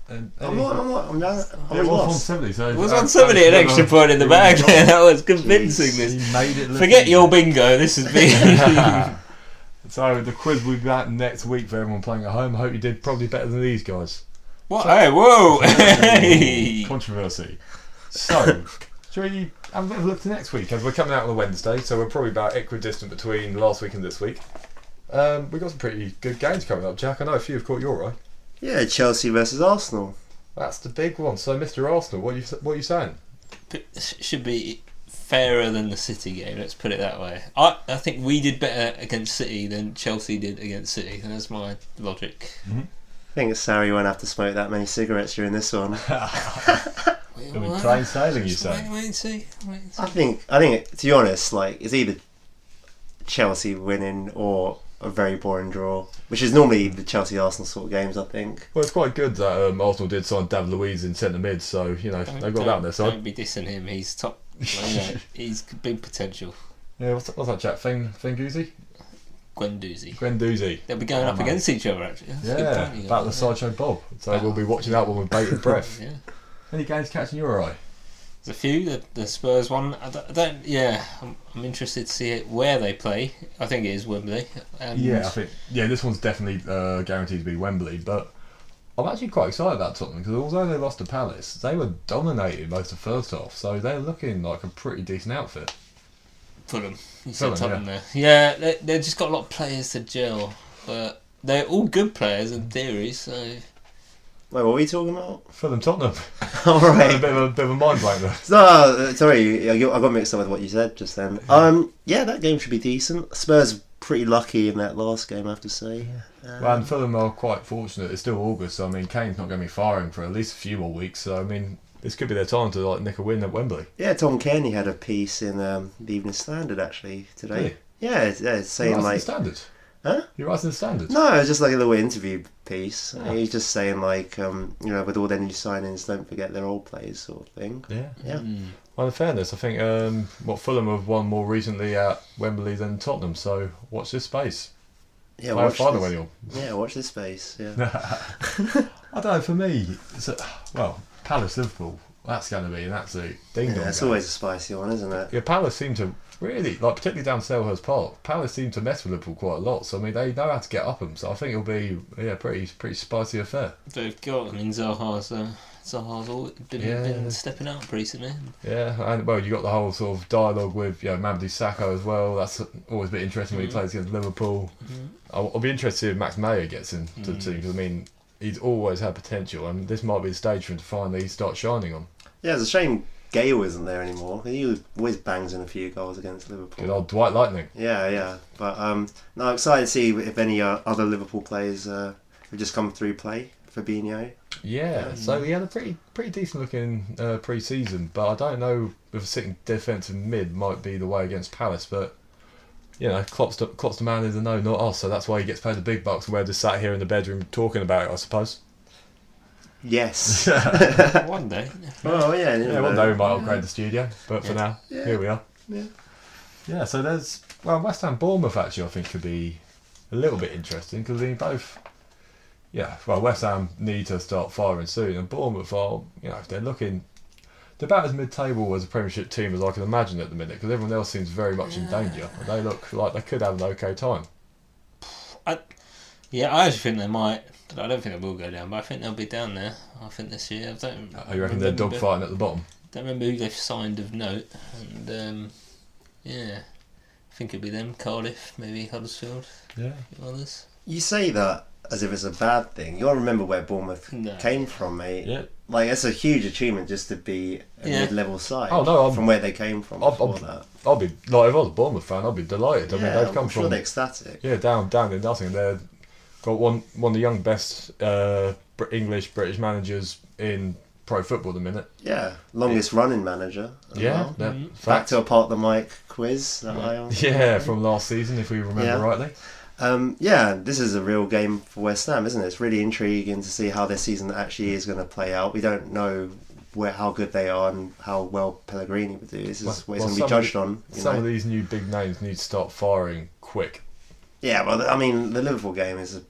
Speaker 1: And,
Speaker 2: I'm not. I'm not. I'm not. I'm
Speaker 1: Um, it was
Speaker 2: lost.
Speaker 1: 170. So
Speaker 3: it was 170 an extra point in the bag. There, that was convincing.
Speaker 2: Jeez.
Speaker 3: This.
Speaker 1: He made it. look
Speaker 3: Forget
Speaker 1: easy.
Speaker 3: your bingo. This has been.
Speaker 1: so the quiz will be back next week for everyone playing at home. Hope you did probably better than these guys.
Speaker 3: what? Hey, whoa! Hey.
Speaker 1: Controversy. So, shall we have a bit of a look to next week? As we're coming out on a Wednesday, so we're probably about equidistant between last week and this week. Um, we've got some pretty good games coming up, Jack. I know a few have caught your eye.
Speaker 2: Yeah, Chelsea versus Arsenal.
Speaker 1: That's the big one. So, Mr. Arsenal, what are you what are you saying?
Speaker 3: P- Should be fairer than the City game. Let's put it that way. I I think we did better against City than Chelsea did against City. and That's my logic.
Speaker 2: I think Sarri won't have to smoke that many cigarettes during this one.
Speaker 1: Gonna be plain sailing, you
Speaker 3: Just
Speaker 1: say?
Speaker 3: Wait, wait and see. Wait and see.
Speaker 2: I think. I think. To be honest, like it's either Chelsea winning or a very boring draw, which is normally the Chelsea Arsenal sort of games. I think.
Speaker 1: Well, it's quite good that um, Arsenal did sign David Luiz in centre mid, so you know
Speaker 3: Don't-
Speaker 1: they've got that on their
Speaker 3: don't-
Speaker 1: side.
Speaker 3: Don't be dissing him. He's top. You know, he's big potential.
Speaker 1: Yeah, what's, what's that chap? Thing Fingoozy,
Speaker 3: Gwendouzi.
Speaker 1: Gwendouzi.
Speaker 3: They'll be going
Speaker 1: Oh,
Speaker 3: up
Speaker 1: man.
Speaker 3: against each other actually. That's a good
Speaker 1: Yeah,
Speaker 3: point, you
Speaker 1: about
Speaker 3: know.
Speaker 1: the sideshow Bob. So
Speaker 3: Ah.
Speaker 1: we'll be watching that one with bated breath.
Speaker 3: Yeah.
Speaker 1: Any games catching your eye?
Speaker 3: There's a few. The, the Spurs one. I don't. I don't- yeah, I'm, I'm interested to see it, where they play. I think it is Wembley. Um, And
Speaker 1: I think yeah, this one's definitely uh, guaranteed to be Wembley, but. I'm actually quite excited about Tottenham because although they lost to Palace, they were dominated most of the first half, so they're looking like a pretty decent outfit.
Speaker 3: Fulham. You said
Speaker 1: Fulham,
Speaker 3: Tottenham there. Yeah, they, they've just got a lot of players to gel, but they're all good players in theory. So
Speaker 2: Wait, what are we talking about?
Speaker 1: Fulham Tottenham.
Speaker 2: All
Speaker 1: Had a
Speaker 2: right.
Speaker 1: bit of a, bit of a mind blank there.
Speaker 2: No, uh, sorry, I got I got mixed up with what you said just then. Um, yeah, that game should be decent. Spurs pretty lucky in that last game, I have to say. Um,
Speaker 1: Well, and Fulham are quite fortunate. It's still August, so I mean, Kane's not going to be firing for at least a few more weeks. So I mean, this could be their time to like nick a win at Wembley.
Speaker 2: yeah, Tom Kenny had a piece in um, the Evening Standard actually today.
Speaker 1: Really?
Speaker 2: Yeah, it's, yeah, it's
Speaker 1: You're
Speaker 2: saying
Speaker 1: rising the
Speaker 2: like
Speaker 1: standard.
Speaker 2: Huh?
Speaker 1: You're rising the standard.
Speaker 2: no, it was just like a little interview piece.
Speaker 1: Ah.
Speaker 2: And He's just saying like um, you know, with all their new signings, don't forget their old players, sort of thing.
Speaker 1: Yeah.
Speaker 2: Yeah.
Speaker 3: mm,
Speaker 1: Well, in fairness, I think um, what Fulham have won more recently at Wembley than Tottenham. So watch this space.
Speaker 2: Yeah,
Speaker 1: Play a
Speaker 2: watch
Speaker 1: final
Speaker 2: this.
Speaker 1: annual.
Speaker 2: Yeah, watch this space. Yeah.
Speaker 1: I don't know. For me, it's a, well, Palace Liverpool. That's going to be an absolute ding
Speaker 2: Yeah,
Speaker 1: dong.
Speaker 2: it's always a spicy one, isn't it?
Speaker 1: Yeah, Palace seem to really like, particularly down Selhurst Park. Palace seem to mess with Liverpool quite a lot. So I mean, they know how to get up them. So I think it'll be yeah, pretty pretty spicy affair.
Speaker 3: they've got. I mean, Zaha's. Uh, Zaha's all been,
Speaker 1: Yeah.
Speaker 3: been stepping up recently.
Speaker 1: Yeah, and well, you got the whole sort of dialogue with you know Mamdi Sacco as well. That's always a bit interesting when he
Speaker 3: Mhm.
Speaker 1: plays against Liverpool.
Speaker 3: Mhm.
Speaker 1: I'll, I'll be interested if Max Mayer gets into the
Speaker 3: Mhm.
Speaker 1: team 'cause, I mean. He's always had potential, and this might be the stage for him to finally start shining on.
Speaker 2: Yeah, it's a shame Gale isn't there anymore. He always bangs in a few goals against
Speaker 1: Good
Speaker 2: Liverpool.
Speaker 1: old Dwight Lightning.
Speaker 2: Yeah, yeah. But um, no, I'm excited to see if any uh, other Liverpool players uh, have just come through play. Fabinho.
Speaker 1: Yeah, so he had a pretty pretty decent looking uh, pre season, but I don't know if a sitting defensive mid might be the way against Palace. But you know, Klopp's the, Klopp's the man in the know, not us. So that's why he gets paid the big bucks, and we're just sat here in the bedroom talking about it, I suppose.
Speaker 2: Yes.
Speaker 1: yeah,
Speaker 3: One day.
Speaker 2: oh yeah. you
Speaker 1: one
Speaker 2: know.
Speaker 1: day we might upgrade the studio, but for now,
Speaker 2: Yeah.
Speaker 1: here we are.
Speaker 2: Yeah.
Speaker 1: Yeah, so there's well West Ham Bournemouth actually I think could be a little bit interesting because they both yeah well West Ham need to start firing soon and Bournemouth are you know if they're looking they're about as mid-table as a Premiership team as I can imagine at the minute because everyone else seems very much in danger and they look like they could have an okay time.
Speaker 3: Yeah, I actually think they might. But I don't think they will go down, but I think they'll be down there. I think this year. I don't.
Speaker 1: Oh, you reckon they're
Speaker 3: remember-
Speaker 1: dogfighting at the bottom?
Speaker 3: Don't remember who they've signed of note, and um, yeah, I think it'd be them. Cardiff, maybe Huddersfield,
Speaker 1: Yeah.
Speaker 3: a few others.
Speaker 2: You say that as if it's a bad thing. You'll remember where Bournemouth
Speaker 3: No.
Speaker 2: came from, mate.
Speaker 1: Yeah.
Speaker 2: Like it's a huge achievement just to be a
Speaker 3: Yeah.
Speaker 2: mid-level side.
Speaker 1: Oh, no, I'm-
Speaker 2: from where they came from.
Speaker 1: I'm-
Speaker 2: before
Speaker 1: I'm-
Speaker 2: that.
Speaker 1: I'll be like if I was a Bournemouth fan I'd be delighted. I mean
Speaker 2: Yeah,
Speaker 1: they've come
Speaker 2: I'm sure
Speaker 1: from
Speaker 2: they're ecstatic.
Speaker 1: Yeah, down, down in nothing. They've got one, one of the young best uh, Br- English British managers in pro football at the minute.
Speaker 2: Yeah, longest running manager. as
Speaker 1: Yeah,
Speaker 2: well.
Speaker 1: that-
Speaker 3: Mhm.
Speaker 2: Back
Speaker 1: fact.
Speaker 2: to a part the mic quiz that I answered.
Speaker 1: Yeah, from last season, if we remember
Speaker 2: Mm-hmm. Yeah.
Speaker 1: rightly.
Speaker 2: Um, yeah, this is a real game for West Ham, isn't it? It's really intriguing to see how their season actually is going to play out. We don't know where how good they are and how well Pellegrini will do. This is
Speaker 1: Well-
Speaker 2: what it's
Speaker 1: well,
Speaker 2: going to
Speaker 1: some
Speaker 2: be
Speaker 1: of
Speaker 2: judged
Speaker 1: the-
Speaker 2: on. You
Speaker 1: Some
Speaker 2: know?
Speaker 1: of these new big names need to start firing quick.
Speaker 2: Yeah, well, I mean, the Liverpool game is a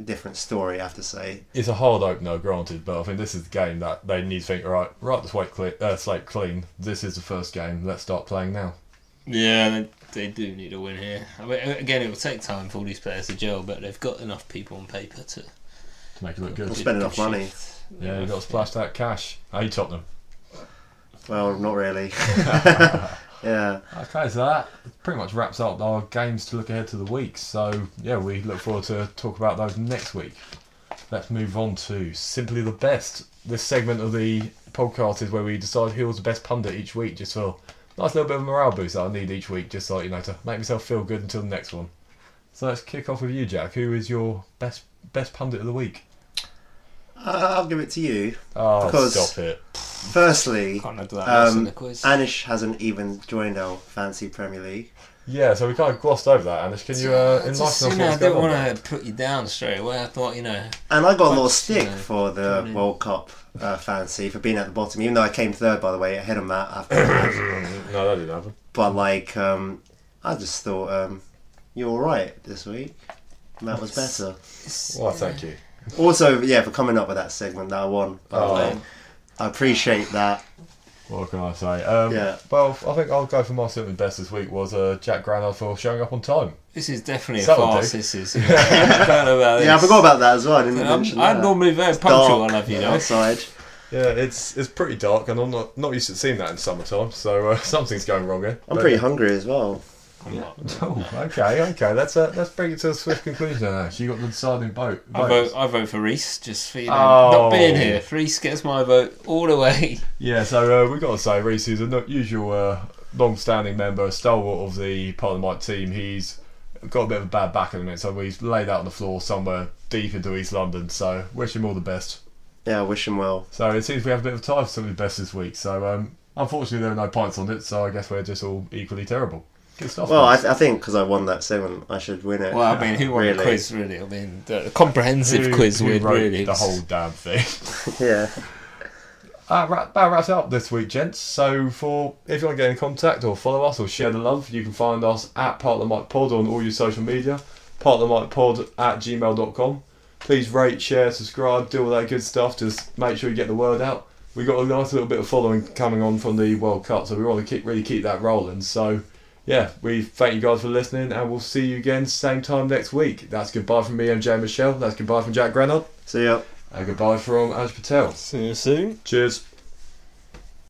Speaker 2: different story, I have to say.
Speaker 1: It's a hard opener, granted, but I think this is the game that they need to think, all right, right this way, clear, uh, slate clean. This is the first game. Let's start playing now.
Speaker 3: Yeah, they, they do need a win here. I mean, again, it will take time for all these players to gel, but they've got enough people on paper to.
Speaker 1: To make it look
Speaker 2: We'll
Speaker 1: good.
Speaker 2: spend enough
Speaker 3: to
Speaker 2: money.
Speaker 3: shift.
Speaker 1: Yeah, you've got to splash that cash. Hey, Tottenham.
Speaker 2: Well, not really. yeah.
Speaker 1: Okay, so that pretty much wraps up our games to look ahead to the week. So yeah, we look forward to talk about those next week. Let's move on to simply the best. This segment of the podcast is where we decide who was the best pundit each week, just for a nice little bit of a morale boost that I need each week, just like you know to make myself feel good until the next one. So let's kick off with you, Jack. Who is your best best pundit of the week?
Speaker 2: I- I'll give it to you.
Speaker 1: Oh,
Speaker 2: Because-
Speaker 1: stop it!
Speaker 2: Firstly,
Speaker 3: Can't handle that mess in
Speaker 2: um,
Speaker 3: the quiz.
Speaker 2: Anish hasn't even joined our fancy Premier League.
Speaker 1: Yeah, so we kind of glossed over that, Anish. Can you uh,
Speaker 3: I
Speaker 1: enlighten us?
Speaker 3: just, you
Speaker 1: what's
Speaker 3: know, I
Speaker 1: going
Speaker 3: didn't
Speaker 1: on?
Speaker 3: want to put you down straight away. I thought, you know,
Speaker 2: And I got a little
Speaker 3: But, you
Speaker 2: stick
Speaker 3: know,
Speaker 2: for the
Speaker 3: joining.
Speaker 2: World Cup uh, fancy for being at the bottom, even though I came third, by the way, ahead of Matt. After
Speaker 1: No, that didn't happen.
Speaker 2: but like, um, I just thought um, you're all right this week. Matt was better.
Speaker 3: it's,
Speaker 1: Well, thank you.
Speaker 2: Also, yeah, for coming up with that segment that I won. By the
Speaker 1: Oh.
Speaker 2: way, I appreciate that.
Speaker 1: What can I say? Um,
Speaker 2: Yeah.
Speaker 1: Well, I think I'll go for my certainly best this week was uh, Jack Granard for showing up on time.
Speaker 3: This is definitely a
Speaker 1: That'll
Speaker 3: farce.
Speaker 1: do.
Speaker 3: This is. I don't know about
Speaker 2: Yeah, I
Speaker 3: this.
Speaker 2: forgot about that as well. I didn't mention
Speaker 3: I'm,
Speaker 2: that.
Speaker 3: I'm normally very
Speaker 2: Dark
Speaker 3: punctual. I love you, know.
Speaker 2: outside.
Speaker 1: Yeah, it's it's pretty dark, and I'm not not used to seeing that in summertime. So uh, something's going wrong here.
Speaker 2: I'm
Speaker 1: But-
Speaker 2: pretty hungry as well.
Speaker 3: I'm not.
Speaker 1: Oh, okay, okay. Let's uh, let's bring it to a swift conclusion. Now. You got the deciding vote.
Speaker 3: I
Speaker 1: votes.
Speaker 3: vote, I vote for Reese just for you know,
Speaker 1: Oh.
Speaker 3: not being here. Reese gets my vote all the way.
Speaker 1: Yeah, so uh, we got to say, Reese is a not usual uh, long-standing member, stalwart of the Parliament team. He's got a bit of a bad back at the minute, so he's laid out on the floor somewhere deep into East London. So wish him all the best.
Speaker 2: Yeah, I wish him well.
Speaker 1: So it seems we have a bit of time for some of the best this week. So um, unfortunately, there are no points on it. So I guess we're just all equally terrible. Good stuff.
Speaker 2: Well, I,
Speaker 1: guys.
Speaker 2: th- I think because I won that segment, I should win it.
Speaker 3: Well, I mean, who won the
Speaker 2: Really?
Speaker 3: quiz? Really, I mean, the comprehensive
Speaker 1: Who-
Speaker 3: quiz.
Speaker 1: who
Speaker 3: we
Speaker 1: wrote
Speaker 3: really
Speaker 1: the whole damn thing.
Speaker 2: yeah.
Speaker 1: Uh, wrap, that wraps it up this week, gents. So, for if you want to get in contact or follow us or share the love, you can find us at Part of the Mic Pod on all your social media, Part of the Mic Pod at gmail.com. Please rate, share, subscribe, do all that good stuff. Just make sure you get the word out. We got a nice little bit of following coming on from the World Cup, so we want to keep really keep that rolling. So, yeah, we thank you guys for listening, and we'll see you again same time next week. That's goodbye from me, MJ Michelle. That's goodbye from Jack Granard,
Speaker 2: So yeah.
Speaker 1: and goodbye from Ash Patel.
Speaker 3: See you soon.
Speaker 1: Cheers.